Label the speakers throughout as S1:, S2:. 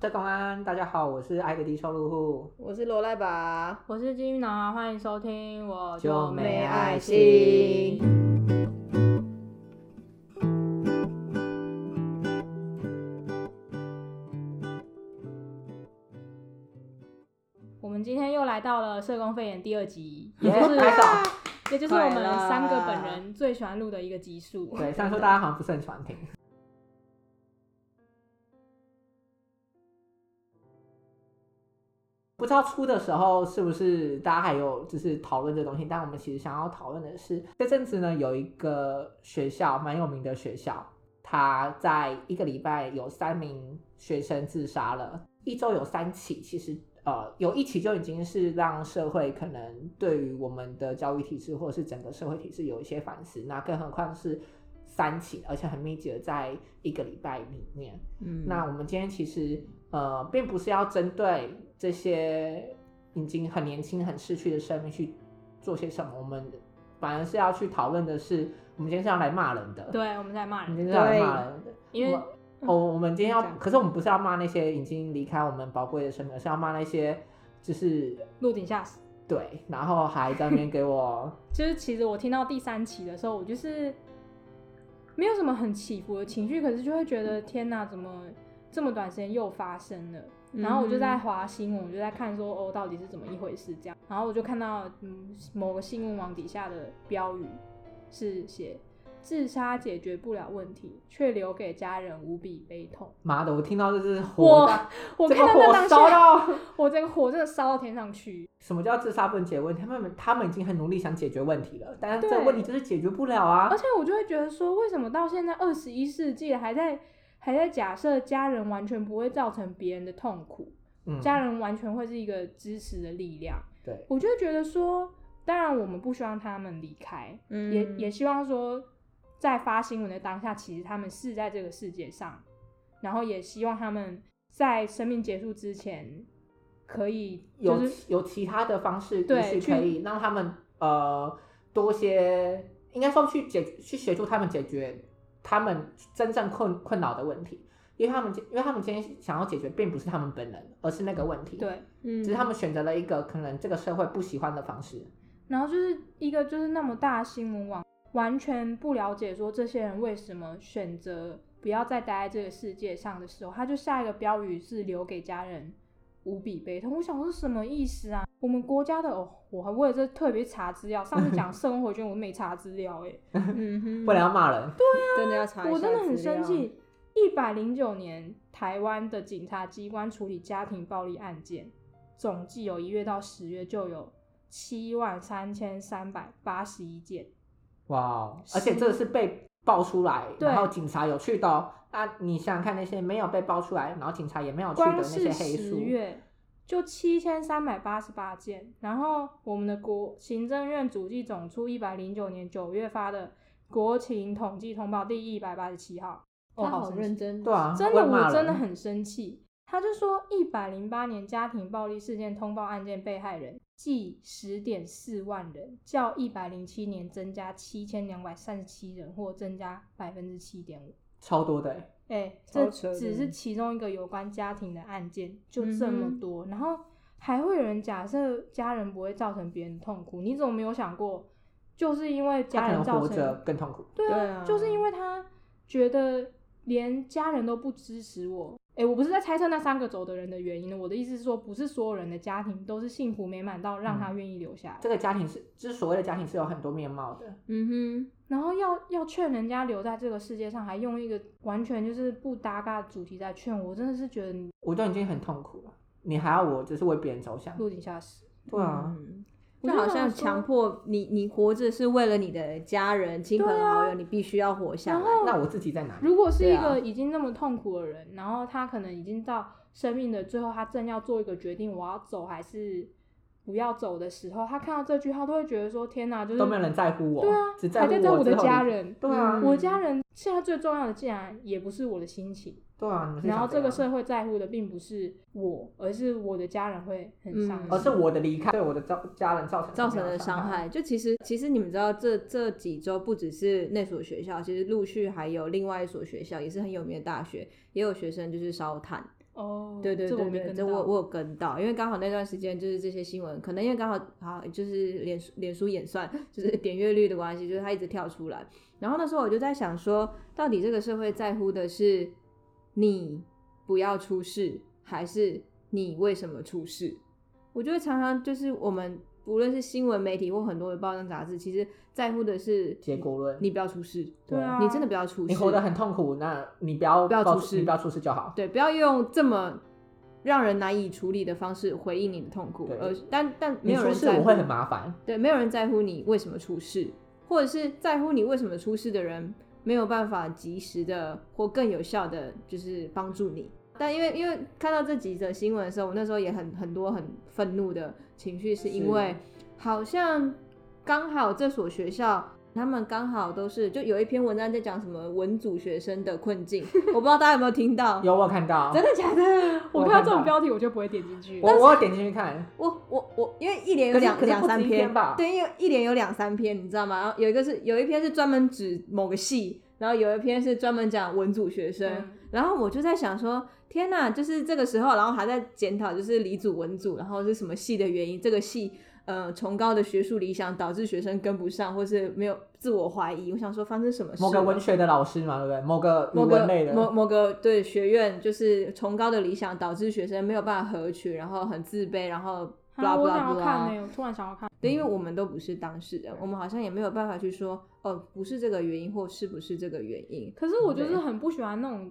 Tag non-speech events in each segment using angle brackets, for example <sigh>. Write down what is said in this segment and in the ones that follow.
S1: 大公安，大家好，我是艾格迪收入户。
S2: 我是罗赖吧，
S3: 我是金鱼脑啊，欢迎收听，我
S1: 就没
S3: 没
S1: 爱
S3: 爱
S1: 心
S3: 心。我们今天又来到了社工肺炎第二集，也就是
S1: 拍手。
S3: 也就是我
S2: 快
S3: 们
S2: 乐
S3: 三个本人最喜欢录的一个集数。
S1: 对，虽然说大家好像不是很喜欢听。不知道出的时候是不是大家还有就是讨论这东西，但我们其实想要讨论的是，这阵子呢有一个学校蛮有名的学校，它在一个礼拜有三名学生自杀了，一周有三起，其实。呃，有一起就已经是让社会可能对于我们的教育体制或者是整个社会体制有一些反思，那更何况是三起，而且很密集的在一个礼拜里面。
S2: 嗯
S1: 那我们今天其实呃，并不是要针对这些已经很年轻、很逝去的生命去做些什么，我们反而是要去讨论的是，我们今天是要来骂人的，，
S3: 对，我们在骂
S1: 我们今天是
S3: 人，
S1: 要来骂人的，
S3: 因为嗯
S1: 我哦，我们今天要
S2: 这，样
S1: 可是我们不是要骂那些已经离开我们宝贵的生命，而是要骂那些就是
S3: 落井下石。
S1: 对，然后还在那边给我
S3: 就是其实我听到第三期的时候，我就是没有什么很起伏的情绪，可是就会觉得天哪，怎么这么短时间又发生了？然后我就在
S1: 嗯
S3: 划新闻，我就在看说哦，到底是怎么一回事这样。然后我就看到嗯某个新闻网底下的标语是写“自杀解决不了问题，却留给家人无比悲痛
S1: 妈的，我听到这是”火
S3: 我
S1: 大，
S3: 我
S1: 这
S3: 看
S1: 个
S3: 到
S1: 火
S3: 那当
S1: 烧
S3: 下，
S1: 到。
S3: 我这个火真的烧到天上去。
S1: 什么叫自杀不能解决问题？他们他们已经很努力想解决问题了，但是
S3: 对
S1: 这个问题就是解决不了啊
S3: 而。且我就会觉得说，为什么到现在二十一世纪了还在还在假设家人完全不会造成别人的痛苦，
S1: 嗯，
S3: 家人完全会是一个支持的力量。
S1: 对，
S3: 我就会觉得说，当然我们不希望他们离开，
S2: 嗯
S3: 也也希望说，在发新闻的当下，其实他们是在这个世界上，然后也希望他们在生命结束之前可以
S1: 有、
S3: 就是
S1: 有其他的方式，
S3: 对
S1: 也许
S3: 去
S1: 可以让他们呃多些，应该说去解去协助他们解决他们真正困困扰的问题，因为他们因为他们今天想要解决，并不是他们本人，而是那个问题。，
S3: 对，
S2: 嗯
S1: 只是他们选择了一个可能这个社会不喜欢的方式。
S3: 然后就是一个就是那么大的新闻网，完全不了解说这些人为什么选择不要再待在这个世界上的时候，他就下一个标语是留给家人无比悲痛。我想说什么意思啊？我们国家的哦，我还为了这特别查资料，上次讲社工回捐我都没查资料哎、
S2: 嗯哼
S1: 不然要骂人，
S2: 真的要查一下
S3: 我真的很
S2: 资料
S3: 生，气。一百零九年，台湾的警察机关处理家庭暴力案件，总计有一月到十月就有七万三千三百八十一件。
S1: 哇哦！而且这个是被爆出来，
S3: 对
S1: 然后警察有去的哦、那你想想看，那些没有被爆出来，然后警察也没有去的那
S3: 光
S1: 些
S3: 是
S1: 黑
S3: 十
S1: 书，
S3: 月就七千三百八十八件，然后我们的国行政院主计总处一百零九年九月发的国情统计通报第一百八十七号，
S2: 他
S3: 他
S2: 好
S3: 生
S2: 认
S3: 气，
S2: 真，
S1: 对啊，
S3: 真
S1: 会
S3: 的
S1: 骂
S3: 我
S1: 人
S3: 真的很生气。他就说，一百零八年家庭暴力事件通报案件被害人计十点四万人，较一百零七年增加七千两百三十七人，或增加百分之七点五。
S1: 超多的欸、
S3: 哎、
S2: 超
S3: 这
S2: 扯的
S3: 只是其中一个有关家庭的案件，就这么多，然后还会有人假设家人不会造成别人痛苦，你怎么没有想过，就是因为
S1: 他
S3: 家
S1: 可能
S3: 人造
S1: 活着
S3: 成，
S1: 更痛苦。
S3: 对
S2: 对
S3: 啊，
S2: 啊
S3: 就是因为他觉得连家人都不支持我。哎、我不是在猜测那三个走的人的原因呢，我的意思是说，不是所有人的家庭都是幸福美满到让他愿意留下来。
S1: 这个家庭是，就是所谓的家庭是有很多面貌的，
S2: 嗯
S3: 然后要要劝人家留在这个世界上，还用一个完全就是不搭嘎的主题在劝我，我真的是觉得你
S1: 我都已经很痛苦了，你还要我就是为别人着想？
S3: 落井下石。
S2: 哼，
S1: 对啊，
S2: 嗯，
S3: 我
S2: 就
S3: 就
S2: 好
S3: 想
S2: 像
S3: 说
S2: 强迫你，你活着是为了你的家人、亲朋好友，你必须要活下来
S3: 啊然。后
S1: 那我自己在哪里？
S3: 如果是
S2: 对
S3: 一
S2: 啊
S3: 个已经那么痛苦的人，然后他可能已经到生命的最后，他正要做一个决定，我要走还是不要走的时候，他看到这句话都会觉得说：“天哪，就是
S1: 都没有人在乎我，
S3: 对啊
S1: 只，在
S3: 还
S1: 乎
S3: 在乎我的
S1: 之后
S3: 家
S1: 你。
S3: 人，
S1: 对啊，
S2: 嗯
S3: 我家人现在最重要的竟然也不是我的心情，
S1: 对啊，你是
S3: 然后
S1: 想
S3: 这个
S1: 怎样
S3: 社会在乎的并不是我，而是我的家人会很伤
S2: 嗯
S1: 而
S3: 心。
S1: 哦是我的离开对我的造家人造成
S2: 造
S1: 什么
S2: 成
S1: 样的
S2: 的伤
S1: 害。
S2: 害，就其实其实你们知道这，这几周不只是那所学校，其实陆续还有另外一所学校，也是很有名的大学，也有学生就是烧炭，
S3: 哦，
S2: 对对
S3: 这
S2: 对
S3: 我没
S2: 对，
S3: 跟
S2: 这
S3: 到
S2: 我我有跟到，因为刚好那段时间就是这些新闻，可能因为刚好好就是脸书脸书演算，就是点阅率的关系，就是它一直跳出来。然后那时候我就在想说，到底这个社会在乎的是你不要出事，还是你为什么出事？我觉得常常就是我们无论是新闻媒体或很多的报章杂志，其实在乎的是
S1: 结果论
S2: 你不要出事，
S3: 对啊
S2: 你真的不要出事，
S1: 你活得很痛苦，那你不要
S2: 不要
S1: 抱
S2: 出事
S1: 你不要出事就好。
S2: 对，不要用这么让人难以处理的方式回应你的痛苦
S1: 对，
S2: 而但但没
S1: 你
S2: 有
S1: 出
S2: 人
S1: 事
S2: 在
S1: 我
S2: 乎，
S1: 会很麻烦。
S2: 对，没有人在乎你为什么出事，或者是在乎你为什么出事的人没有办法及时的或更有效的就是帮助你。但因为因为看到这几则新闻的时候，我那时候也很很多很愤怒的情绪，是因
S1: 是
S2: 为好像刚好这所学校。他们刚好都是，就有一篇文章在讲什么文组学生的困境，我不知道大家有没有听到，
S1: 有我有看到，
S2: 真的假的？
S3: 我
S1: 我哦
S3: 看到
S1: 看
S3: 这种
S1: 到
S3: 标题我就不会点进去。
S1: 我我有点进去看，
S2: 我我我，因为一连有
S1: 可是
S2: 两
S1: 可是
S2: 两
S1: 不止
S2: 三
S1: 一篇吧
S2: 对，因为一连有两三篇，你知道吗？然后有一个是有一篇是专门指某个系，然后有一篇是专门讲文组学生，
S3: 嗯
S2: 然后我就在想说，天哪，就是这个时候，然后还在检讨就是理组文组，然后是什么系的原因，这个系。呃，崇高的学术理想导致学生跟不上，或是没有自我怀疑。我想说，发生什么事了？
S1: 某个文学的老师嘛，对不对？某个语
S2: 某
S1: 文类
S2: 个
S1: 的，
S2: 某某个对学院就是崇高的理想，导致学生没有办法合群，然后很自卑，然后
S3: 啊
S2: blah
S3: 我
S2: blah
S3: 想要看
S2: blah。
S3: 呢，我突然想要看。
S2: 对，因为我们都不是当事人，我们好像也没有办法去说哦，不是这个原因，或是不是这个原因。
S3: 可是我就
S2: 对
S3: 是很不喜欢那种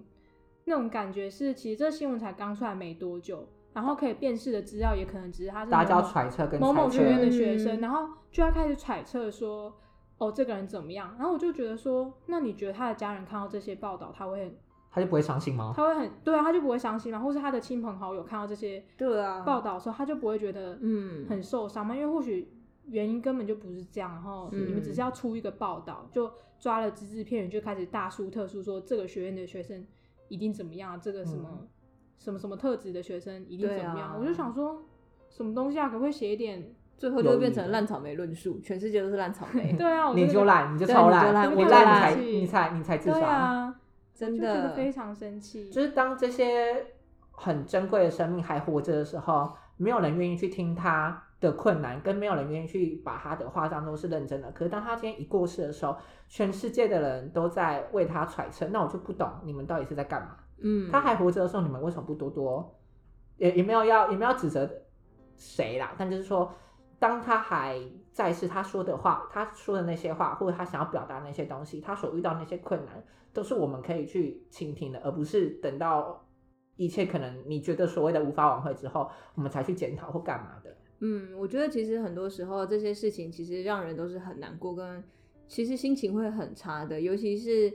S3: 那种感觉是，其实这新闻才刚出来没多久，然后可以辨识的资料也可能只是他是
S1: 大家
S3: 某
S1: 要揣测跟
S3: 某
S1: 猜
S3: 某学院
S1: 测，
S3: 的学生，
S2: 嗯
S3: 然后就要开始揣测说，哦，这个人怎么样？然后我就觉得说，那你觉得他的家人看到这些报道，他会很，
S1: 他就不会相信吗？
S3: 他会很，对啊，他就不会伤心嘛，或是他的亲朋好友看到这些
S2: 对啊
S3: 报道的时候，他就不会觉得
S2: 嗯，
S3: 很受伤嘛，因为或许原因根本就不是这样，然后
S2: 嗯
S3: 你们只是要出一个报道，就抓了只字片语就开始大书特书说这个学院的学生一定怎么样，啊这个什么、什么什么特质的学生一定怎么
S2: 对
S3: 样，
S2: 啊嗯
S3: 我就想说什么东西啊，可不可以写一点？。
S2: 最后就会变成烂草莓论述，全世界都是烂草莓
S3: 对啊，我
S1: 你
S3: 觉
S1: 就
S3: 得
S1: 烂，你就
S2: 对
S1: 超
S2: 你就
S1: 烂，
S2: 烂
S1: 你
S2: 我
S1: 烂
S2: 就
S1: 你才
S3: 烂
S1: 你才你才自
S3: 对
S1: 杀。
S3: 啊，
S2: 真
S3: 就觉得
S2: 的
S3: 非常生气，
S1: 就是当这些很珍贵的生命还活着的时候，没有人愿意去听他的困难，跟没有人愿意去把他的话当中是认真的。可是当他今天一过世的时候，全世界的人都在为他揣测，那我就不懂你们到底是在干嘛。
S2: 嗯，
S1: 他还活着的时候，你们为什么不多多？也也没有要也没有指责谁啦，但就是说，当他还在世，他说的话，他说的那些话，或者他想要表达那些东西，他所遇到那些困难，都是我们可以去倾听的，而不是等到一切可能你觉得所谓的无法挽回之后，我们才去检讨或干嘛的。
S2: 嗯，我觉得其实很多时候这些事情其实让人都是很难过，跟其实心情会很差的，尤其是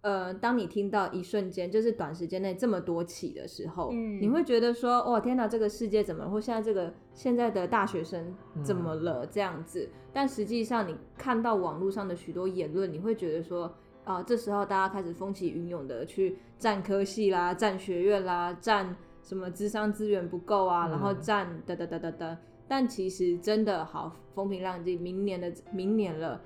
S2: 呃，当你听到一瞬间就是短时间内这么多起的时候，
S3: 嗯
S2: 你会觉得说，哇，天哪，这个世界怎么或现在这个现在的大学生怎么了、这样子？但实际上你看到网络上的许多言论，你会觉得说。啊、这时候大家开始风起云涌的去占科系啦、占学院啦、占什么智商资源不够啊，然后
S1: 嗯
S2: 占哒哒哒哒哒。但其实真的好风平浪静，明年的明年了，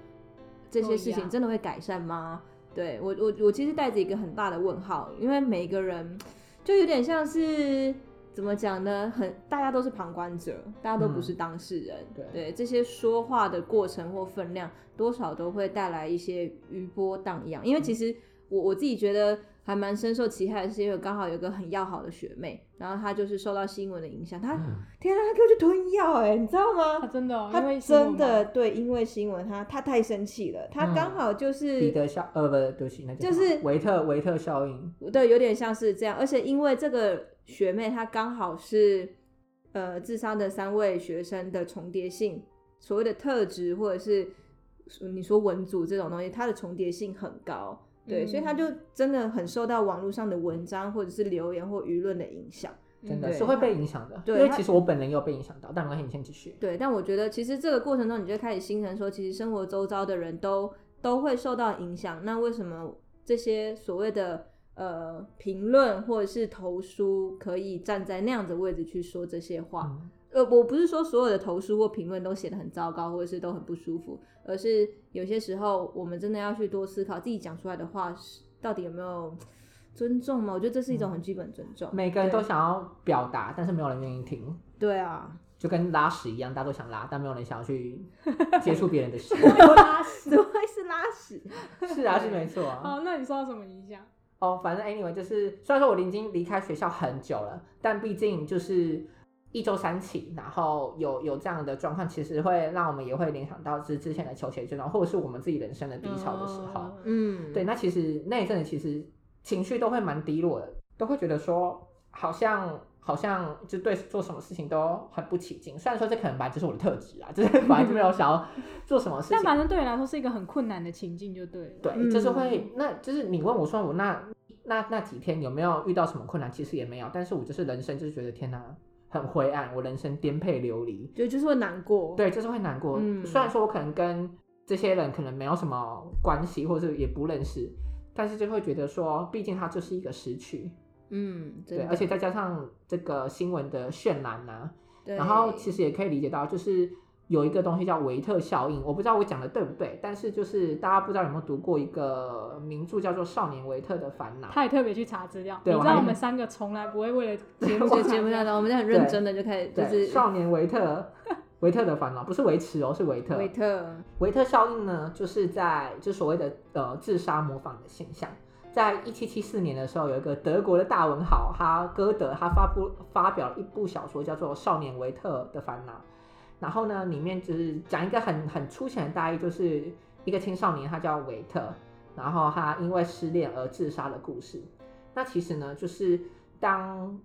S2: 这些事
S3: 都一
S2: 情
S3: 样
S2: 真的会改善吗？对我我我其实带着一个很大的问号，因为每个人就有点像是怎么讲呢？很大家都是旁观者，大家都不
S1: 嗯
S2: 是当事人。
S1: 对
S2: 对这些说话的过程或分量，多少都会带来一些余波荡漾。因为其实我我自己觉得还蛮深受其害，的是因为刚好有一个很要好的学妹，然后她就是受到新闻的影响，她、
S1: 嗯
S2: 天啊，她给我去吞药哎、你知道吗？
S3: 他真的哦，
S2: 他
S3: 因为新闻
S2: 真
S3: 嘛
S2: 的对，因为新闻他他太生气了，他
S1: 嗯
S2: 刚好就是、
S1: 彼得效呃不对不起，那叫
S2: 就
S1: 什么
S2: 是
S1: 维特维特效应。
S2: 对，有点像是这样，而且因为这个学妹她刚好是呃智商的三位学生的重叠性，所谓的特质或者是你说文组这种东西，它的重叠性很高，对，所以她
S3: 嗯
S2: 就真的很受到网络上的文章或者是留言或舆论的影响。
S1: 真的
S2: 嗯
S3: 嗯
S2: 对
S1: 是会被影响的，因
S2: 对
S1: 为
S2: 他
S1: 其实我本人也有被影响到，但没关系，你先继续。
S2: 对，但我觉得其实这个过程中，你就开始心疼说，其实生活周遭的人都都会受到影响。那为什么这些所谓的呃评论或者是投书，可以站在那样的位置去说这些话？
S1: 嗯
S2: 呃，我不是说所有的投书或评论都写的很糟糕，或者是都很不舒服，而是有些时候我们真的要去多思考自己讲出来的话是到底有没有尊重嘛，我觉得这是一种很基本的尊重。
S1: 嗯每个人
S2: 对
S1: 都想要表达，但是没有人愿意听，
S2: 对啊， <laughs>
S1: 就跟拉屎一样，大家都想拉，但没有人想要去接触别人的屎。
S2: 拉屎怎么会是拉屎？
S1: 是啊，是没错啊。
S3: 好，那你受到什么影响？
S1: 哦，反正 anyway 就是，虽然说我已经离开学校很久了，但毕竟就是一周三起，然后有有这样的状况，其实会让我们也会联想到之之前的求学症状，或者是我们自己人生的低潮的时候。
S3: 嗯，
S2: 嗯，
S1: 对，，那其实那一阵子其实情绪都会蛮低落的，都会觉得说好像好像就对做什么事情都很不起劲。虽然说这可能本来就是我的特质啊， <laughs> 就是本来就没有想要做什么事
S3: 但
S1: 情。
S3: 反正对你来说是一个很困难的情境，就对了。
S1: 对，就是会，那就是你问我说我那那那几天有没有遇到什么困难？其实也没有，但是我就是人生就是觉得天哪，很灰暗，我人生颠沛流离。
S2: 就就是会难过。，
S1: 对，就是会难过。
S2: 嗯
S1: 虽然说我可能跟这些人可能没有什么关系，或者也不认识，但是就会觉得说，毕竟它就是一个时区，
S2: 嗯，真
S1: 对，
S2: 的
S1: 而且再加上这个新闻的渲染呐、
S2: 对
S1: 然后其实也可以理解到，就是有一个东西叫维特效应，我不知道我讲的对不对，但是就是大家不知道有没有读过一个名著叫做《少年维特的烦恼》。
S3: 他也特别去查资料，你
S1: 对
S3: 知
S1: 我
S3: 道
S1: 还
S3: 我们三个从来不
S2: <laughs>
S3: 会为了
S2: 节
S3: 节
S2: 目
S3: 目
S2: 就
S3: 去
S2: 节目
S3: 查
S2: 当
S3: 资料
S2: 中，我们就很认真的就开始就
S1: 对，
S2: 是
S1: 少年维特，维特的烦恼不是维持哦，是维特。
S2: 维特，
S1: 维特效应呢，就是在就所谓的呃自杀模仿的现象。在一七七四年的时候，有一个德国的大文豪哈歌德，他发布发表了一部小说，叫做《少年维特的烦恼》。然后呢，里面就是讲一个很很粗浅的大意，就是一个青少年，他叫维特，然后他因为失恋而自杀的故事。那其实呢，就是当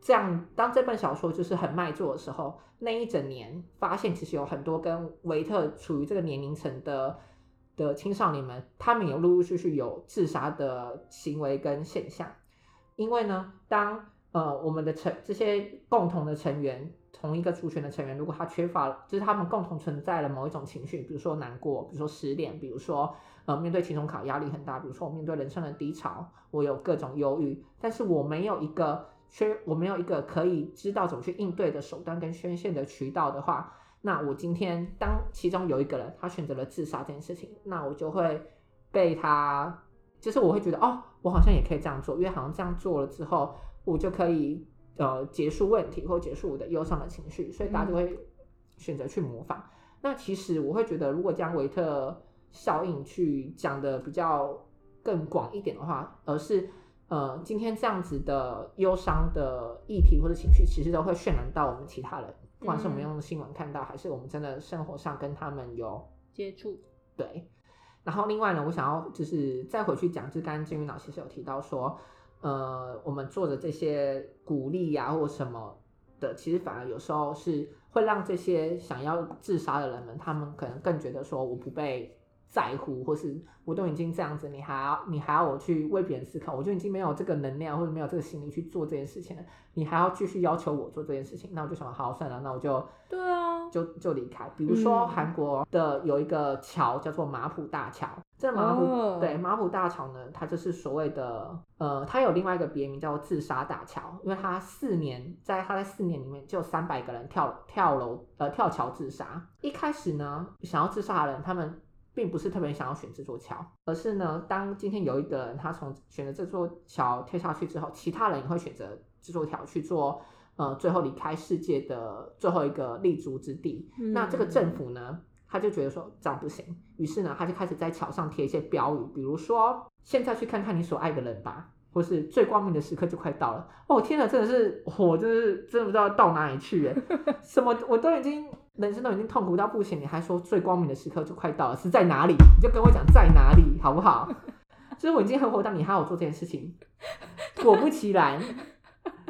S1: 这样当这本小说就是很卖座的时候，那一整年发现其实有很多跟维特处于这个年龄层的的青少年们，他们也陆陆续续有自杀的行为跟现象。因为呢，当呃我们的成这些共同的成员，同一个族群的成员，如果他缺乏，就是他们共同存在的某一种情绪，比如说难过，比如说失恋，比如说呃面对期中考压力很大，比如说我面对人生的低潮，我有各种忧郁，但是我没有一个缺，我没有一个可以知道怎么去应对的手段跟宣泄的渠道的话，那我今天当其中有一个人他选择了自杀这件事情，那我就会被他，就是我会觉得哦，我好像也可以这样做，因为好像这样做了之后，我就可以呃结束问题或结束我的忧伤的情绪，所以大家就会选择去模仿。那其实我会觉得，如果将维特效应去讲的比较更广一点的话，而是呃今天这样子的忧伤的议题或者情绪，其实都会渲染到我们其他人，不管是我们
S3: 嗯
S1: 用新闻看到，还是我们真的生活上跟他们有
S3: 接触，
S1: 对，然后另外呢，我想要就是再回去讲，就是刚刚金鱼脑其实有提到说，呃，我们做的这些鼓励呀、或什么的，其实反而有时候是会让这些想要自杀的人们，他们可能更觉得说我不被在乎，或是我都已经这样子，你还要你还要我去为别人思考，我就已经没有这个能量或者没有这个心力去做这件事情了，你还要继续要求我做这件事情，那我就想好算了，那我就
S3: 对啊，
S1: 就就离开。比如说
S2: 嗯
S1: 韩国的有一个桥叫做马浦大桥，这马浦、
S2: 哦
S1: 对马浦大桥呢，它就是所谓的呃，它有另外一个别名叫做自杀大桥，因为它四年在它在四年里面就有三百个人跳跳楼呃跳桥自杀。一开始呢，想要自杀的人他们。并不是特别想要选这座桥，而是呢，当今天有一个人他从选择这座桥跳下去之后，其他人也会选择这座桥去做呃最后离开世界的最后一个立足之地。那这个
S2: 嗯
S1: 政府呢，他就觉得说这样不行，于是呢，他就开始在桥上贴一些标语，比如说现在去看看你所爱的人吧，或是最光明的时刻就快到了。哦，天哪，真的是我，真的是真的不知道到哪里去耶！什么我都已经人生都已经痛苦到不行，你还说最光明的时刻就快到了，是在哪里？你就跟我讲在哪里好不好？就是我已经很火到你还要我做这件事情， <laughs> 果不其
S2: <laughs>
S1: 然，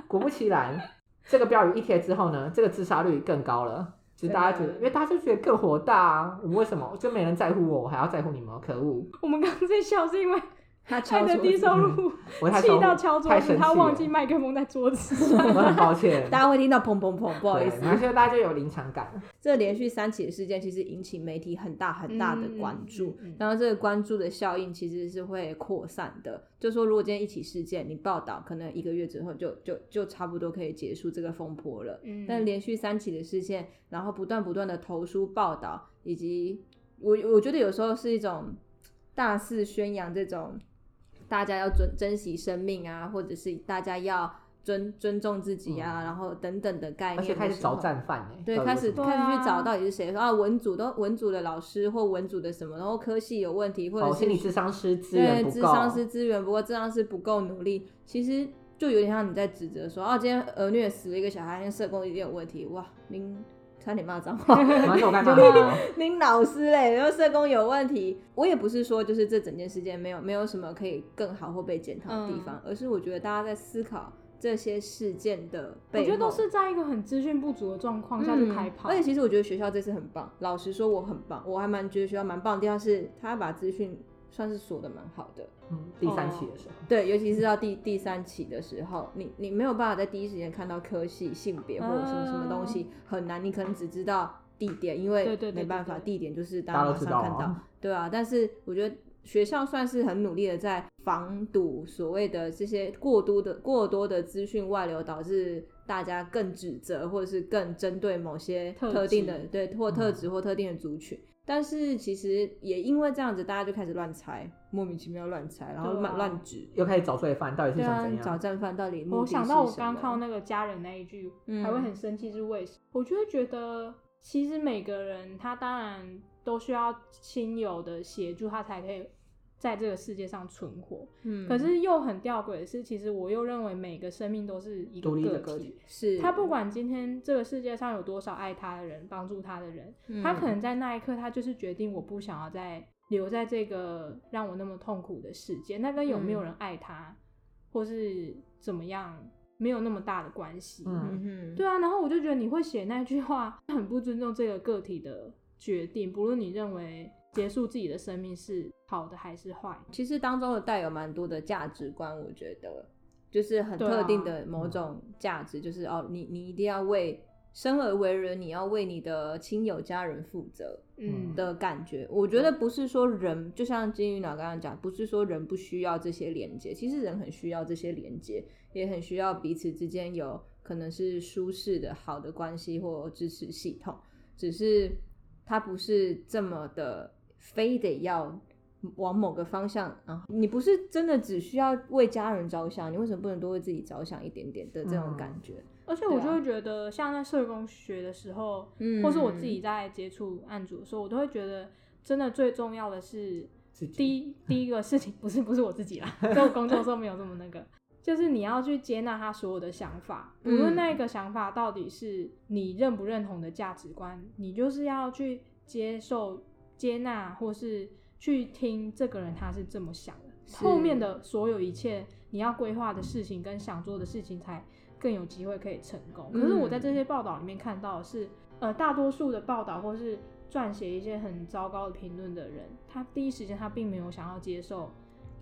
S1: 果不其然，这个标语一贴之后呢，这个自杀率更高了。就是大家觉得，因为大家就觉得更火大啊！我为什么就没人在乎我，我还要在乎你们？可恶！
S3: 我们刚刚在笑是因为
S2: 他
S3: 爱
S2: 超
S3: 的
S2: 出
S3: 低收入户
S1: 我嗯太
S3: 气
S1: 生
S3: 到
S1: 气
S3: 敲桌
S1: 太
S3: 子，
S1: 生
S3: 他
S1: 气
S3: 忘
S1: 了 <laughs>
S3: 记麦克风在桌子上。
S1: 我很抱歉，
S2: <laughs> 大家会听到砰砰砰，不
S1: 不
S2: 好意思，
S1: 而且大家就有临场感。
S2: 这连续三起的事件其实引起媒体很大很大的关注，
S3: 嗯嗯嗯嗯
S2: 然后这个关注的效应其实是会扩散的。就说如果今天一起事件你报道，可能一个月之后就就就差不多可以结束这个风波了。
S3: <laughs> 嗯
S2: 但连续三起的事件，然后不断不断的投书报道，以及我我觉得有时候是一种大肆宣扬这种大家要尊珍惜生命啊，或者是大家要尊尊重自己啊，然后等等的概
S1: 嗯而且
S2: 念
S1: 开
S2: 的
S1: 始
S2: 时候
S1: 找。战犯哎、
S2: 对，
S1: 到底
S2: 开
S1: 为
S2: 始
S1: 什么
S2: 开始去
S3: 对啊
S2: 找到底是谁说啊，文组都文组的老师或文组的什么，然后科系有问题，或者
S1: 哦，
S2: 是
S1: 心理智商师资源
S2: 对，
S1: 不
S2: 智
S1: 够，
S2: 商是资源不够，智商是不够努力，其实就有点像你在指责说，哦、今天儿虐死了一个小孩，今天社工一定有问题，哇，您差点骂脏
S3: <laughs>
S2: 话，
S1: 完全我干嘛？
S2: <laughs> 您老师嘞，然后社工有问题，我也不是说就是这整件事件没有没有什么可以更好或被检讨的地方，
S3: 嗯
S2: 而是我觉得大家在思考这些事件的背后，
S3: 我
S2: 嗯
S3: 觉得都是在一个很资讯不足的状况下就开跑，
S2: 而且其实我觉得学校这次很棒，老实说我很棒，我还蛮觉得学校蛮棒的地方是，他把资讯算是锁的蛮好的。
S1: 嗯第三期的时候，
S2: 对，尤其是到第第三期的时候，你你没有办法在第一时间看到科系、性别或者什么什么东西，很难。你可能只知道地点，因
S3: 嗯对
S2: 为
S3: 对对
S2: 没办法，
S3: 对对
S2: 地点就是大
S1: 大
S2: 家
S1: 家
S2: 马
S1: 都知道
S2: 上看到
S1: 啊，
S2: 对啊。但是我觉得学校算是很努力的在防堵所谓的这些过多的过多的资讯外流，导致大家更指责或者是更针对某些
S3: 特
S2: 特定的
S3: 质
S2: 对或
S1: 嗯
S2: 特质或特定的族群。但是其实也因为这样子，大家就开始乱猜，莫名其妙乱猜，然后
S3: 对啊
S2: 乱乱指。
S1: 又开始找罪犯，到底是
S2: 对
S1: 想
S2: 啊
S1: 怎，
S2: 找
S1: 样？
S2: 战犯到底目
S3: 我
S2: 的是什么？
S3: 想到我刚刚看到那个家人那一句，
S2: 嗯
S3: 还会很生气，是为什么？我就会觉得，其实每个人他当然都需要亲友的协助，他才可以在这个世界上存活。
S2: 嗯
S3: 可是又很吊诡的是，其实我又认为每个生命都是一个
S1: 独立的
S3: 个
S1: 个
S3: 体
S1: 体，
S2: 是
S3: 他不，管今天这个世界上有多少爱他的人、帮助他的人，
S2: 嗯
S3: 他可能在那一刻，他就是决定我不想要再留在这个让我那么痛苦的世界。那跟有没有人爱
S1: 嗯
S3: 他，或是怎么样，没有那么大的关系。
S1: 嗯，
S2: 嗯哼，
S3: 对啊，然后我就觉得你会写那句话，很不尊重这个个体的决定，不论你认为结束自己的生命是好的还是坏的。
S2: 其实当中有带有蛮多的价值观，我觉得就是很
S3: 对啊
S2: 特定的
S1: 嗯
S2: 某种价值，就是哦，你你一定要为生而为人，你要为你的亲友家人负责
S3: 嗯，
S2: 的感觉。我觉得不是说人，就像金鱼脑刚刚讲，不是说人不需要这些连接，其实人很需要这些连接，也很需要彼此之间有可能是舒适的好的关系或支持系统。只是它不是这么的非得要往某个方向啊。你不是真的只需要为家人着想，你为什么不能多为自己着想一点点的这种
S1: 嗯
S2: 感觉？
S3: 而且
S2: 对
S3: 我
S2: 啊
S3: 就会觉得，像在社工学的时候，
S2: 嗯
S3: 或是我自己在接触案主的时候，我都会觉得，真的最重要的是
S1: 自己
S3: 第一第一个事情，不是不是我自己
S2: <laughs>
S3: 啦，在我工作的时候没有这么那个，就是你要去接纳他所有的想法，无
S2: 嗯
S3: 论那个想法到底是你认不认同的价值观，你就是要去接受、接纳，或是去听这个人他是这么想的。
S2: 是
S3: 后面的所有一切，你要规划的事情跟想做的事情才更有机会可以成功。可是我在这
S2: 嗯
S3: 些报道里面看到的是，呃，大多数的报道或是撰写一些很糟糕的评论的人，他第一时间他并没有想要接受，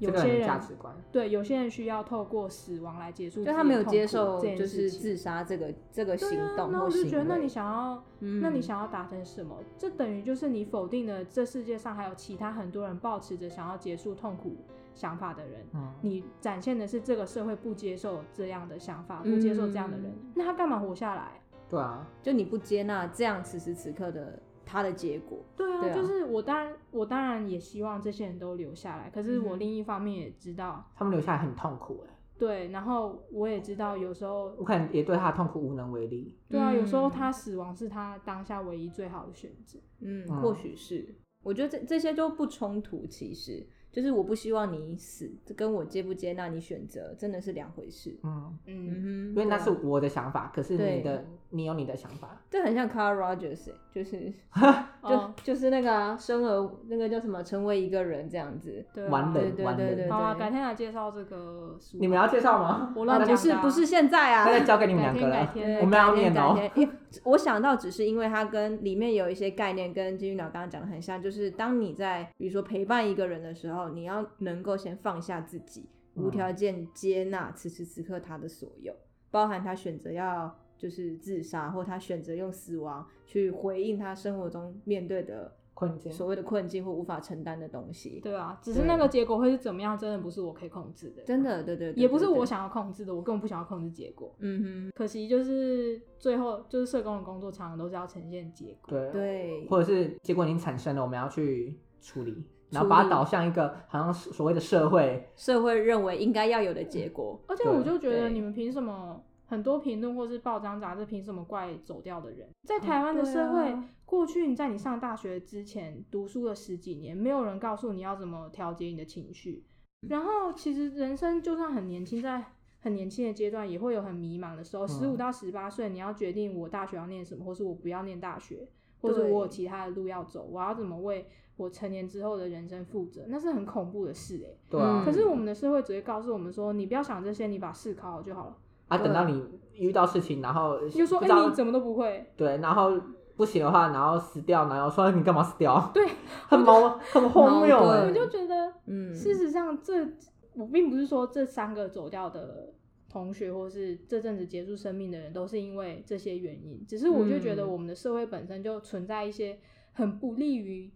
S1: 这
S3: 有
S1: 个
S3: 些
S1: 人的
S3: 人
S1: 价值观，
S3: 对有些人需要透过死亡来结束自
S2: 就
S3: 己的
S2: 他
S3: 痛苦
S2: 没
S3: 这
S2: 有
S3: 件事情，
S2: 接受就是自杀这个这个行
S3: 对啊，
S2: 动
S3: 那
S2: 或
S3: 我就
S2: 行
S3: 觉得，那你
S2: 为。
S3: 想要，
S2: 嗯
S3: 那你想要达成什么？这等于就是你否定了这世界上还有其他很多人抱持着想要结束痛苦想法的人。
S1: 嗯，
S3: 你展现的是这个社会不接受这样的想法，
S2: 嗯
S3: 不接受这样的人，那他干嘛活下来？
S1: 对啊，
S2: 就你不接纳这样此时此刻的他的结果，
S3: 对啊，
S2: 对啊
S3: 就是我当然，我当然也希望这些人都留下来，可是
S2: 嗯
S3: 我
S2: 哼
S3: 另一方面也知道，
S1: 他们留下来很痛苦哎、
S3: 对，然后我也知道有时候
S1: 我可能也对他的痛苦无能为力，
S3: 对啊，有时候
S2: 嗯
S3: 他死亡是他当下唯一最好的选择。
S2: 嗯，
S1: 嗯
S2: 或许是，我觉得这这些都不冲突。其实就是我不希望你死，这跟我接不接纳你选择真的是两回事。
S1: 嗯，
S3: 嗯，
S2: 嗯哼，
S1: 因为那
S2: 对啊
S1: 是我的想法，可是你的
S2: 对
S1: 你有你的想法，
S2: 这很像 Carl Rogers，、欸、就是就、
S3: 哦
S2: 就是那个、啊、生而那个叫什么，成为一个人这样子。
S3: 对啊
S1: 完
S2: 对
S1: 人
S2: 对
S1: 完
S2: 对
S1: 人
S2: 对，
S3: 好啊，改天来介绍这个书。啊
S1: 你们要介绍吗？
S3: 我乱
S1: 那
S3: 讲
S2: 不是不是现在啊
S1: 那，再交给你们
S3: 改
S1: 两个
S3: 天改
S1: 了，
S3: 天，
S1: 我们要念哦
S2: 改天。改天因为我想到只是因为它跟里面有一些概念跟金鱼脑刚刚讲的很像，就是当你在比如说陪伴一个人的时候，你要能够先放下自己，
S1: 嗯
S2: 无条件接纳此时此刻他的所有，包含他选择要就是自杀，或他选择用死亡去回应他生活中面对的
S1: 困境，
S2: 所谓的困境或无法承担的东西。
S3: 对啊，只是那个结果会是怎么样，真的不是我可以控制的，
S2: 真的，对对对，
S3: 也不是
S2: 对
S3: 我。想要控制的，我根本不想要控制结果。
S2: 对嗯
S3: 可惜就是最后就是社工的工作常常都是要呈现结果。
S1: 对
S2: 哼，对，
S1: 或者是结果已经产生了，我们要去处理，然后把它导向一个好像所谓的社会，
S2: 社会认为应该要有的结果。
S3: 而且我
S1: 对
S3: 就觉得
S2: 对
S3: 你们凭什么？很多评论或是报章杂志凭什么怪走掉的人？在台湾的
S2: 哦对
S3: 社会，
S2: 啊
S3: 过去你在你上大学之前读书了十几年，没有人告诉你要怎么调节你的情绪。
S2: 嗯
S3: 然后其实人生就算很年轻，在很年轻的阶段也会有很迷茫的时候。十
S1: 嗯
S3: 五到十八岁，你要决定我大学要念什么，或是我不要念大学，或者
S2: 对
S3: 我有其他的路要走，我要怎么为我成年之后的人生负责？那是很恐怖的事欸诶、
S1: 对啊。
S2: 嗯
S3: 可是我们的社会只会告诉我们说，你不要想这些，你把试考好就好了。
S1: 啊，等到你遇到事情，然后
S3: 你就说，
S1: 不
S3: 哎、
S1: 知道
S3: 你怎么都不会，
S1: 对，然后不行的话，然后死掉，然后说哎你干嘛死掉？
S3: 对，
S1: <laughs> 很矛很荒谬
S2: 矛
S1: 哎、
S2: 盾
S3: 我就觉得，
S2: 嗯，
S3: 事实上这，我并不是说这三个走掉的同学，或是这阵子结束生命的人，都是因为这些原因。只是我就觉得
S2: 嗯
S3: 我们的社会本身就存在一些很不利于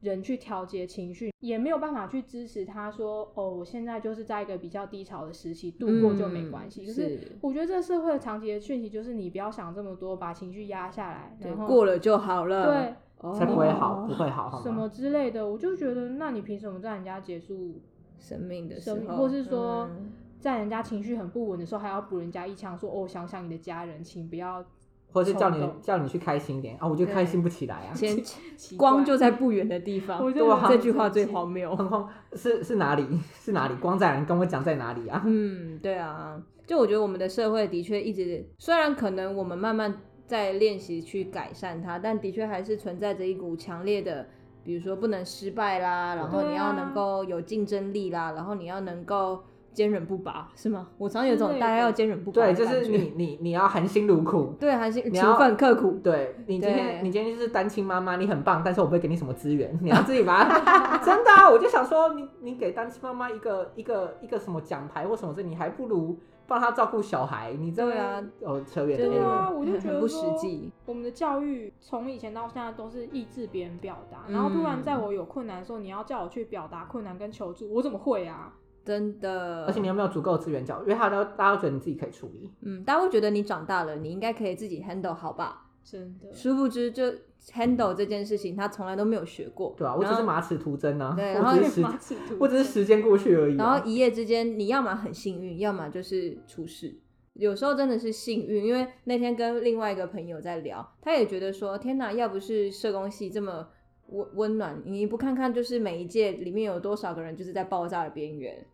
S3: 人去调节情绪，也没有办法去支持他说，哦，我现在就是在一个比较低潮的时期度过就没
S2: 嗯
S3: 关系，就是
S2: 是
S3: 我觉得这社会长期的讯息就是你不要想这么多，把情绪压下来，
S2: 对
S3: 然后
S2: 过了就好了，
S3: 对
S2: 哦，
S1: 才不会好，不会好，好吗
S3: 什么之类的，我就觉得那你凭什么在人家结束
S2: 生命的时
S3: 生命，
S2: 候，
S3: 或是说 <laughs>
S2: 嗯
S3: 在人家情绪很不稳的时候还要补人家一枪说哦想想你的家人，请不要
S1: 或是叫你
S3: 冲动
S1: 叫你去开心一点啊，我就开心不起来啊， <laughs>
S2: 前
S3: 奇怪
S2: 光就在不远的地方，
S3: 我就
S1: 对啊
S2: <laughs> 这句话最荒谬。 <laughs>
S1: 很荒是是哪里是哪里？光在，你跟我讲在哪
S2: <laughs>
S1: 里啊？
S2: 嗯，对啊，就我觉得我们的社会的确一直，虽然可能我们慢慢在练习去改善它，但的确还是存在着一股强烈的，比如说不能失败啦，然后
S3: 对啊
S2: 你要能够有竞争力啦，然后你要能够坚韧不拔，是吗？我常有一
S3: 之
S2: 种
S3: 类
S2: 大家要
S3: 的
S2: 坚韧不拔的
S1: 对，
S2: 感
S1: 就
S2: 觉，
S1: 是你你你要含辛茹苦。
S2: 对，还是
S1: 你
S2: 勤
S1: 要
S2: 奋刻苦，
S1: 对你今
S2: 对
S1: 天，你今天就是单亲妈妈，你很棒，但是我不会给你什么资源，你要自己把它。 <laughs> 真的、啊，我就想说，你你给单亲妈妈一个一个一个什么奖牌或什么这，你还不如帮她照顾小孩。你这
S2: 对啊，
S1: 哦，扯远
S2: 对
S3: 对
S1: 了。
S3: 啊，
S2: 对
S3: 我就
S2: 很
S3: 觉
S2: 很
S3: 得
S2: 不实
S3: 说
S2: 际。
S3: 我们的教育从以前到现在都是抑制别人表达，然后突然
S2: 嗯
S3: 在我有困难的时候，你要叫我去表达困难跟求助，我怎么会啊？
S2: 真的。
S1: 而且你有没有足够的资源教育？因为他都大家都觉得你自己可以处理。
S2: 嗯，大家会觉得你长大了，你应该可以自己 handle 好吧？
S3: 真的，
S2: 殊不知，就 handle 这件事情，他从来都没有学过。
S1: 对啊，我只
S2: 然
S1: 是
S2: 后
S1: 马齿徒增啊，
S2: 对
S1: 我
S2: 然后
S1: 只是时
S3: 马齿徒增
S1: 我只是时间过去而已、
S2: 然
S1: 啊
S2: 后。一夜之间，你要么很幸运，要么就是出事。有时候真的是幸运，因为那天跟另外一个朋友在聊，他也觉得说，天哪，要不是社工系这么温温暖，你不看看就是每一届里面有多少个人就是在爆炸的边缘，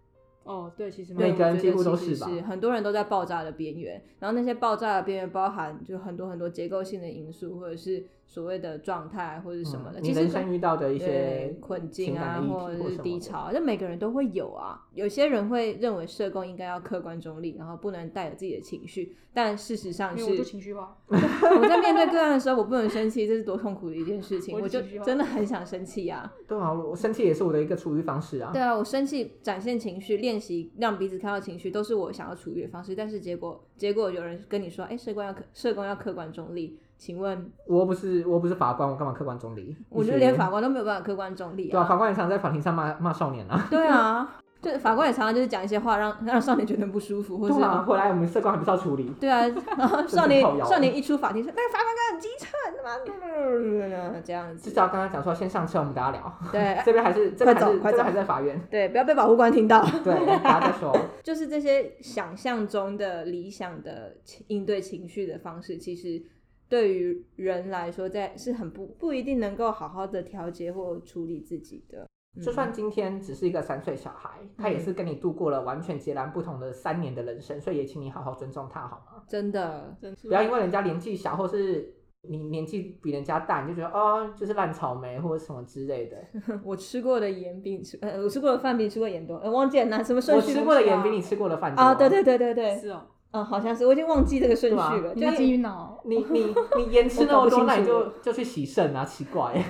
S3: 哦，对，其实
S1: 每
S3: 蛮
S2: 对，
S1: 个人
S2: 我觉
S1: 几
S2: 得
S1: 乎都
S2: 其实
S1: 是吧
S2: 很多人都在爆炸的边缘。然后那些爆炸的边缘包含就很多很多结构性的因素，或者是所谓的状态或者是什么的。
S1: 嗯你
S2: 其实
S1: 人
S2: 可
S1: 生遇到的一些
S2: 对困境
S1: 情感
S2: 啊，
S1: 的议题
S2: 或者
S1: 或
S2: 是
S1: 什
S2: 低
S1: 么的
S2: 潮，那每个人都会有啊。有些人会认为社工应该要客观中立，然后不能带有自己的情绪，但事实上
S3: 没
S2: 是
S3: 有，我
S2: <laughs>
S3: 就情绪化。
S2: 我在面对个案的时候，我不能生气，这是多痛苦的一件事情。
S3: 我
S2: 我就
S3: 情绪化
S2: 真的很想生气啊。
S1: 对啊，我我生气也是我的一个处理方式啊。
S2: 对啊，我生气、展现情绪、练习让彼此看到情绪，都是我想要处理的方式。但是结果，结果有人跟你说：“哎、社工要客，社工要客观中立。”请问，
S1: 我又不是我又不是法官，我干嘛客观中立？
S2: 我
S1: 你学
S2: 觉得连法官都没有办法客观中立
S1: 对啊，
S2: 啊！
S1: 法官也常在法庭上骂骂少年啊。
S2: 对啊，就是法官也常常就是讲一些话让，让少年觉得不舒
S1: <laughs>
S2: 服，或
S1: 对
S2: 是
S1: 啊，回来我们社工还不是要处理？
S2: 对啊，然后
S1: 是
S2: 少年
S1: 靠腰
S2: 少年一出法庭说：“那个法官刚刚很机车，他妈这样
S1: 至
S2: 子。
S1: 少刚刚讲说先上车，我们大家聊。”
S2: 对
S1: 这边还是这边还
S2: 哎快
S1: 是
S2: 走快
S1: 这
S2: 走
S1: 边还是在法
S2: <laughs>
S1: 院，
S2: 对，不要被保护官听到。
S1: 对，大家再说。
S2: 就是这些想象中的理想的情应对情绪的方式，其实对于人来说，在是很不不一定能够好好的调节或处理自己的。嗯
S1: 就算今天只是一个三岁小孩，他也是跟你度过了完全截然不同的三年的人生，所以也请你好好尊重他，好吗？
S2: 真的，
S3: 真
S1: 不要因为人家年纪小，或是你年纪比人家大，你就觉得哦，就是烂草莓或者什么之类的。
S2: <laughs> 我吃过的盐比你吃呃，我吃过的饭比你吃过的盐多，呃，忘记了拿什么顺
S1: 我
S2: 序
S1: 吃过的盐比你吃过的饭多
S2: 啊，对对对对对，
S3: 是哦，
S2: 嗯，好像是，我已经忘记这个顺序
S1: 对
S2: 了，
S3: 你
S2: 就
S3: 在
S2: 是
S3: 基于脑，
S1: 你
S2: <laughs>
S1: 你你盐吃那么
S2: 我搞不清楚
S1: 多，那你就就去洗肾啊，奇怪。 <laughs>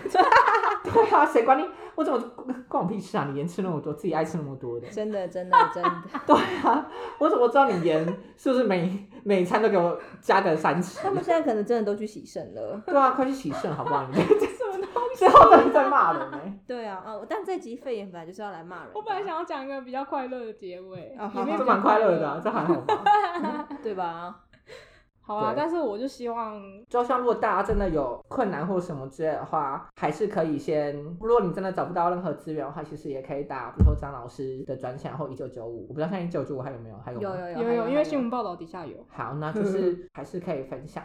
S1: 对啊，谁管你？我怎么关我屁事啊？你盐吃那么多，自己爱吃那么多
S2: <laughs>
S1: 的。
S2: 真的真的真的，
S1: <laughs> 对啊，我怎么知道你盐是不是每每餐都给我加个三
S2: <laughs>
S1: 匙？
S2: 他们现在可能真的都去洗肾了。
S1: 对啊，快去洗肾好不好？你们
S3: 什么东
S1: <laughs>
S3: 西？
S1: 最后都在骂人呢、欸
S2: <laughs> 对啊，啊，我但这集肺炎本来就是要来骂人的啊，
S3: 我本来想要讲一个比较快乐的结尾，
S2: 啊
S3: 也没有
S1: 这
S3: 比较
S1: 蛮快乐的、啊，这还好吧？
S2: 对吧？
S3: 好啦，
S1: 对
S3: 但是我就希望，
S1: 就像如果大家真的有困难或什么之类的话，还是可以先，如果你真的找不到任何资源的话，其实也可以打，比如说张老师的专线或一九九五，我不知道现在一九九五还有没有，还有吗
S2: 有有
S3: 有
S2: 有
S3: 有，
S2: 有，
S3: 因为新闻报道底下有，
S1: <laughs> 好，那就是还是可以分享，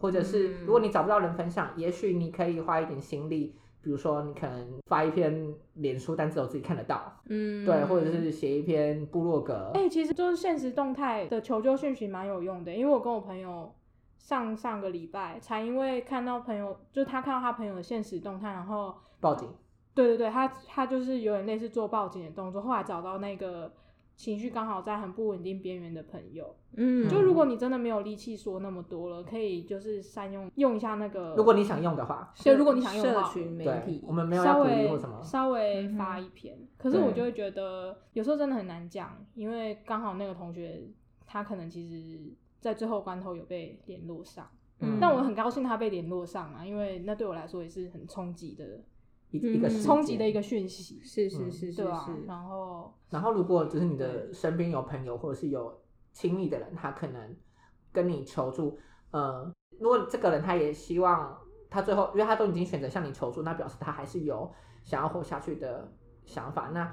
S1: 或者是
S2: 嗯
S1: 如果你找不到人分享，也许你可以花一点心力，比如说你可能发一篇脸书，但只有自己看得到，
S2: 嗯
S1: 对，或者是写一篇部落格，
S3: 哎、其实就是现实动态的求救讯息蛮有用的，因为我跟我朋友上上个礼拜才因为看到朋友，就是他看到他朋友的现实动态，然后
S1: 报警，
S3: 对对对，他他就是有点类似做报警的动作，后来找到那个情绪刚好在很不稳定边缘的朋友，
S2: 嗯，
S3: 就如果你真的没有力气说那么多了，可以就是善用用一下那个，
S1: 如果你想用的话，
S3: 对，如果你想用的
S2: 社
S3: 话。
S2: 群媒
S1: 对
S2: 体，，
S1: 我们没有
S3: 稍
S1: 要鼓励
S3: 微
S1: 或什么，
S3: 稍微
S2: 嗯哼
S3: 发一篇，可是我
S2: 对
S3: 就会觉得有时候真的很难讲，因为刚好那个同学他可能其实在最后关头有被联络上，
S1: 嗯
S3: 但我很高兴他被联络上啊，因为那对我来说也是很冲击的
S1: 一一个
S2: 嗯
S1: 事
S3: 冲击的
S1: 件
S3: 一个讯息，
S2: 是是
S1: 嗯
S2: 是是是，
S3: 对啊，然后
S1: 然后，如果就是你的身边有朋友或者是有亲密的人，他可能跟你求助，呃，如果这个人他也希望他最后，因为他都已经选择向你求助，那表示他还是有想要活下去的想法。那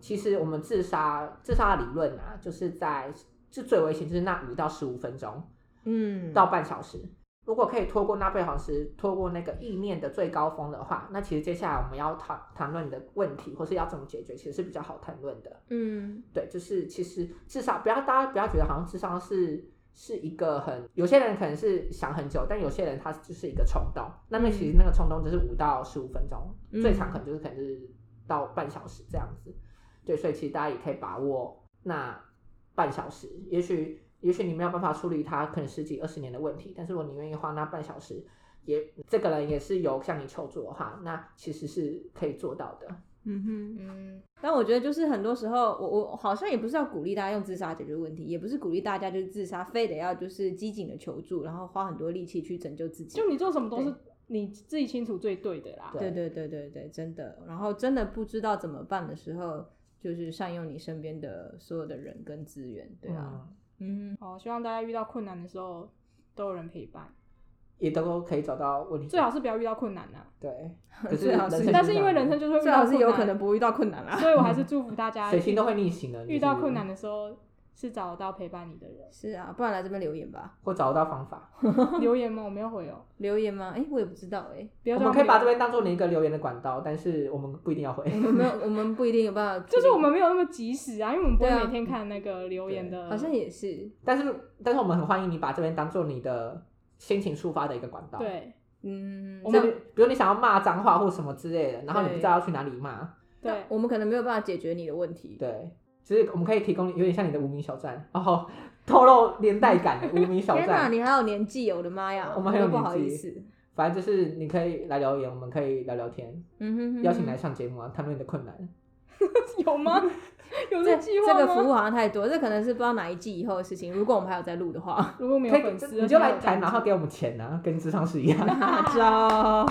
S1: 其实我们自杀自杀的理论啊，就是在是最危险，就是那五到十五分钟
S2: 嗯，
S1: 到半小时。如果可以拖过那半小时，拖过那个意念的最高峰的话，那其实接下来我们要谈谈论你的问题，或是要怎么解决，其实是比较好谈论的。
S2: 嗯
S1: 对，就是其实智商不要大家不要觉得好像智商是是一个很有些人可能是想很久，但有些人他就是一个冲动。那那其实那个冲动就是五到十五分钟，
S2: 嗯
S1: 最长可能就是可能是到半小时这样子。对，所以其实大家也可以把握那半小时，也许也许你没有办法处理他可能十几二十年的问题，但是如果你愿意花那半小时。也这个人也是有向你求助的话，那其实是可以做到的。
S2: 嗯哼。
S3: 嗯，
S2: 但我觉得就是很多时候，我我好像也不是要鼓励大家用自杀解决问题，也不是鼓励大家就是自杀，非得要就是机警的求助，然后花很多力气去拯救自己。
S3: 就你做什么都是你自己清楚最对的啦，
S1: 对
S2: 对对对对对，真的。然后真的不知道怎么办的时候，就是善用你身边的所有的人跟资源，对啊，
S1: 嗯
S2: 嗯
S3: 好，希望大家遇到困难的时候都有人陪伴，
S1: 也都可以找到问题。
S3: 最好是不要遇到困难啊， <laughs>
S1: 对，
S2: 哼
S1: 可是啊
S2: 最好
S1: 人
S2: 是
S1: 生
S3: 但是因为人生就是会遇
S2: 最
S3: 到
S2: 好
S3: 困
S2: 是
S3: 难，
S2: 有可能不会遇到困难啊啦。
S3: 所以我还是祝福大
S1: <laughs>
S3: 家
S1: 水星都会逆行的，
S3: 遇到
S1: 就是
S3: 困难的时候是找得到陪伴你的 <laughs> 人。
S2: 是啊，不然来这边留言吧，
S1: 或找到方法，
S3: 留言吗？我没有回哦，
S2: 留言吗？哎，我也不知道哎、
S3: 不要
S1: 我
S3: 这样
S1: 们可以把这
S3: 留
S1: 边当做你一个留言的管道，但是我们不一定要回。
S2: 我
S3: 嗯 <laughs>
S2: 们没有，我们不一定有办法处理，
S3: 就是我们没有那么及时啊，因为我们不
S2: 对
S3: 会
S2: 啊
S3: 每天看那个留言的，
S2: 好像也是，
S1: <laughs> 但是，但是我们很欢迎你把这边当做你的心情抒发的一个管道。，
S3: 对
S2: 嗯，
S3: 我
S1: 就
S3: 们
S1: 是比如你想要骂脏话或什么之类的，然后你
S2: 对
S1: 不知道要去哪里骂，
S3: 对
S2: 但，我们可能没有办法解决你的问题。
S1: 对，就是我们可以提供有点像你的无名小站，然后 <laughs> 透露连带感的无名小
S2: 天哪，
S1: 站。
S2: 你还有年纪，哦我的妈呀，
S1: 我们还
S2: 都
S1: 有
S2: 不
S1: 年
S2: 好意
S1: 纪
S2: 思。
S1: 反正就是你可以来留言，我们可以聊聊天，
S2: 嗯哼哼
S1: 邀请
S2: 哼
S1: 来上节目啊，谈论你的困难。
S3: 有吗？有
S2: 这
S3: 这计划
S2: 这个服
S3: 务
S2: 务好像太多，这可能是不知道哪一季以后的事情。如果我们还有在录的
S3: <laughs>
S2: 话，
S3: 如果没有
S1: 可以
S3: 粉丝，
S1: 你就来
S3: 台
S1: 谈，然后给我们钱啊，跟智商是一 <laughs> 样。
S2: 大招！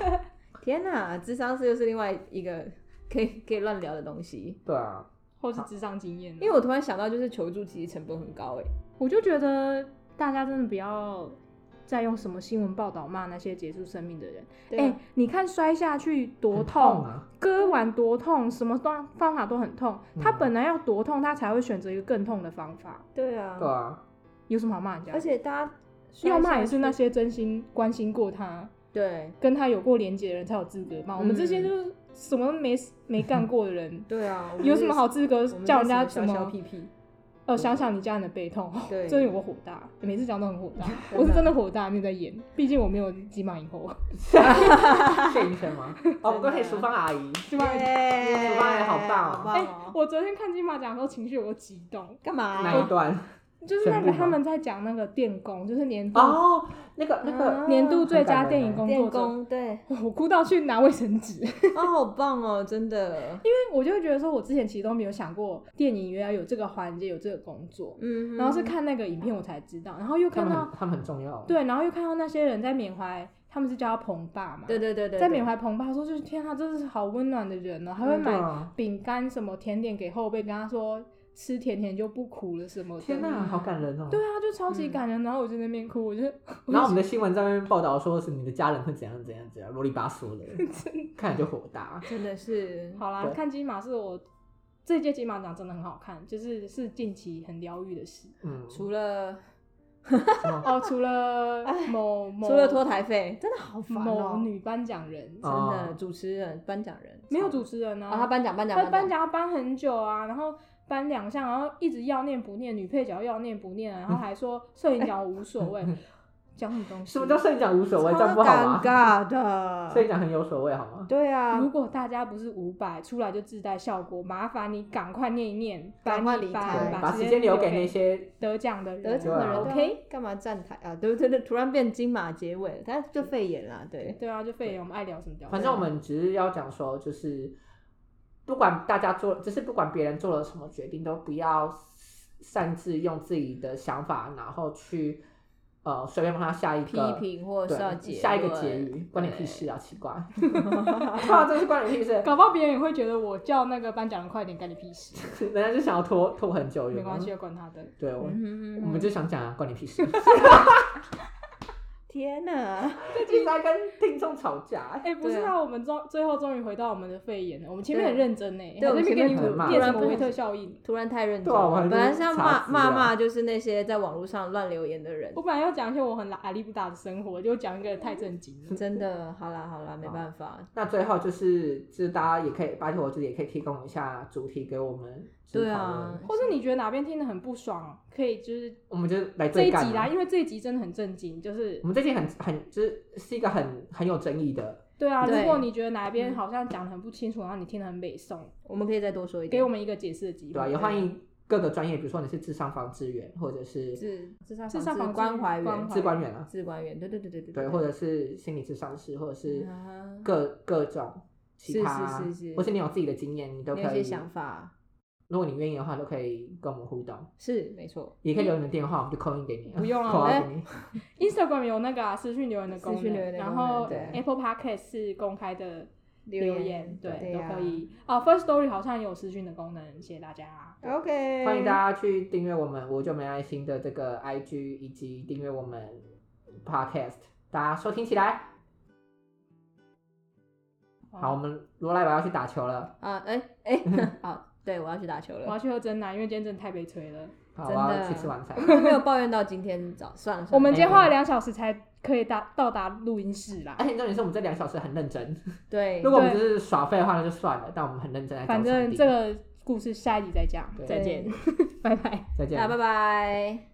S2: <laughs> 天哪，智商是又是另外一个可以可以乱聊的东西。
S1: 对啊，
S3: 或是职场经验啊，
S2: 因为我突然想到，就是求助其实成本很高哎。
S3: 我就觉得大家真的不要再用什么新闻报道骂那些结束生命的人。哎、
S2: 哎，
S3: 你看摔下去多
S1: 很
S3: 痛，
S1: 啊！
S3: 割腕多痛，什么方方法都很痛。
S1: 嗯
S3: 他本来要多痛，他才会选择一个更痛的方法。
S2: 对啊
S1: 对啊，
S3: 有什么好骂人家的？
S2: 而且大家
S3: 要骂也是那
S2: 摔下去
S3: 些真心关心过他、
S2: 对，
S3: 跟他有过连结的人才有资格骂。我们这些就是什么都没没干过的人
S2: <laughs> 对啊，我们
S3: 有
S2: 是
S3: 什么好资格
S2: 我们
S3: 叫
S2: 是
S3: 人家
S2: 什么
S3: 什么？
S2: 小小屁屁？
S3: 呃，想想你家人的悲痛，
S2: 对，
S3: 真的有个火大，每次讲都很火大
S2: <laughs>
S3: 我是真的火大，没有在演，毕竟我没有金马影后，
S1: 谢医生吗？ <laughs> 哦，我们都可以淑芳阿姨。
S3: 金马影后。
S2: 耶
S1: 主办人好棒哦
S2: 好
S3: 哎、
S2: 棒哦！
S3: 我昨天看金马奖的时候情绪有多激动，
S2: 干嘛啊？
S1: 哪一段？
S3: 就是那
S1: 全
S3: 个
S1: 部吗
S3: 他们在讲那个电工，就是年度、
S1: 哦，那个那个，
S2: 啊
S3: 年度最佳
S1: 很感人
S3: 电影
S1: 欸
S3: 工
S2: 电
S3: 作者，
S2: 工对，
S3: 我哭到去拿卫生纸。
S2: 啊，好棒 <laughs> 哦，真的。
S3: 我就会觉得说，我之前其实都没有想过电影原来有这个环节，有这个工作。
S2: 嗯，
S3: 然后是看那个影片我才知道，然后又
S1: 他
S3: 看
S1: 们
S3: 到
S1: 很他们很重要。，
S3: 对，然后又看到那些人在缅怀，他们是叫他彭爸嘛，
S2: 对对对对，
S3: 在
S2: 对
S3: 缅怀彭爸说就是天啊，真的是好温暖的人哦，还会
S1: 对
S3: 买
S1: 啊，
S3: 饼干什么甜点给后辈，跟他说。吃甜甜就不哭了什么的。
S1: 天哪，好感人哦！
S3: 对啊，就超级感人。然后我就在那边哭，我就
S1: 然后我们的新闻在外面报道说是你的家人会怎样怎样怎样，啰里吧嗦 <laughs> 的，看着就火大。
S2: 真的是
S3: <laughs> 好啦
S1: 对。
S3: 看金马是我这届金马奖真的很好看，就是是近期很疗愈的事。
S1: 嗯，
S2: 除了
S3: 哦，除了某某
S2: 除了拖台费，真的好烦
S3: 某
S2: 哦。
S3: 女颁奖人，
S1: 哦
S2: 真的
S1: 哦，
S2: 主持人、颁奖人
S3: 没有主持人
S2: 啊，他颁奖颁奖
S3: 他颁
S2: 奖，
S3: 奖要颁很久啊，然后颁两项，然后一直要念不念，女配角要念不
S1: <laughs>
S3: 念，然后还说摄影奖无所谓，讲什么东西？
S1: 什么叫摄影奖无所谓？这样不
S2: 超
S1: 好啊吗
S2: 尴？
S1: 摄
S2: 尬的。
S1: 影奖很有所谓好吗？
S2: 对啊，
S3: 如果大家不是五百出来就自带效果，麻烦你赶快念一念，
S2: 赶快
S3: 搬一
S2: 离开
S3: 搬
S1: 对，
S3: 把
S1: 把时间留给
S3: 给
S1: 那些
S3: 得奖的人。
S2: 得奖的
S1: 对啊
S2: 人对啊
S3: OK，
S2: 干嘛站台啊？对对对，突然变金马结尾了，他就肺炎啦，对。
S3: 对啊，就废言，我们爱聊什么聊什么。
S1: 反正我们只是要讲说，就是不管大家做，就是不管别人做了什么决定，都不要擅自用自己的想法，然后去呃随便帮他下一
S2: 批
S1: 个
S2: 评或是要
S1: 对
S2: 结
S1: 下一个结语，关你屁事啊！奇
S2: <laughs>
S1: 怪，对啊，真是关你屁事。
S3: 搞不好别人也会觉得我叫那个颁奖人快点，干你屁事，
S1: 人家就想要拖拖很久，有
S3: 没
S1: 吗
S3: 关系，。管他的。
S1: 对，我
S2: 嗯
S1: 我们就想讲啊，关你屁
S3: <laughs>
S1: 事。
S2: 天哪！
S1: 最近在跟听众吵架，
S3: 哎、不是
S2: 对
S3: 啊，
S2: 啊
S3: 我们终最后终于回到我们的肺炎了。我们前面很
S2: 对啊
S3: 认真呢、欸，
S2: 对我们
S3: 这
S2: 前
S3: 边
S2: 面
S3: 给你
S1: 很骂
S3: 念什么
S2: 人
S3: 维特效应。
S2: 突然太认真
S1: 对啊我还
S2: 了，
S1: 是
S2: 本来是要
S1: 查
S2: 骂
S1: 资料
S2: 骂骂，就是那些在网络上乱留言的人
S3: 我，本来要讲一些我很阿力不达的生活，就讲一个太震惊了。
S2: 真的，好啦好啦，没办
S1: <laughs>
S2: 法，
S1: 那最后就是，就是大家也可以拜托，就是也可以提供一下主题给我们。就是
S2: 对
S1: 讨
S2: 啊
S1: 论，
S3: 或是你觉得哪边听得很不爽，可以就是
S1: 我们就来
S3: 这一
S1: 对干
S3: 集
S1: 啊
S3: 啦，因为这一集真的很震惊，就是
S1: 我们最近很很就是是一个很很有争议的，
S3: 对啊。
S2: 对
S3: 如果你觉得哪边好像讲的很不清楚，然后你听得很北宋，
S2: 我们可以再多说一点，
S3: 给我们一个解释的机
S1: 对吧、
S3: 会。
S1: 也欢迎各个专业，比如说你是智商防治员，或者是
S2: 自自杀
S3: 自杀防
S2: 防
S3: 治
S2: 治关怀
S3: 关
S2: 员
S3: 怀、
S1: 志官员啊，
S2: 自官员，对对对对对
S1: 对，或者是心理智商师，或者是
S2: 啊
S1: 各各种其
S2: 是
S1: 他，
S2: 是是是
S1: 或是你有自己的经验，你都
S2: 你有一
S1: 可
S2: 些
S1: 以，
S2: 想法，
S1: 如果你愿意的话，都可以跟我们互动，
S2: 是没错，
S1: 也可以留你的电话，我们就扣音给你，
S3: 不用啊
S1: 扣
S2: 哎
S1: 给你，
S3: Instagram 有那个、啊、私讯留言的功
S2: 私讯留言的
S3: 然
S2: 功能
S3: 后
S2: 对
S3: Apple Podcast 是公开的留言，对，
S2: 对啊呀
S3: 都可以。哦，First Story 好像也有私讯的功能，谢谢大家。
S2: 啊，OK，
S1: 欢迎大家去订阅我们我就没爱心的这个 IG，以及订阅我们 Podcast，大家收听起来。好，我，们罗莱宝要去打球了。
S2: 啊，哎哎，好，对我要去打球
S3: 我
S2: 了
S3: 要。去喝真奶，因为今天真的太悲催了。
S1: 好，我
S2: 真的
S1: 要去吃晚餐。 <laughs>
S2: <laughs> 都没有抱怨到今天早，算了，算了
S3: 我们
S1: 哦
S3: 今天花了两小时才可以达到达录音室啦
S1: 而。且重点是我们这两小时很认真。
S2: 对
S1: 哎如果我们就是耍废的话，那就算了。但我们很认真在找
S3: 反
S1: 场地。
S3: 正这个故事下一集再讲，
S1: 对
S3: <laughs> 再见，拜拜。
S1: 再见，
S2: 大家拜拜。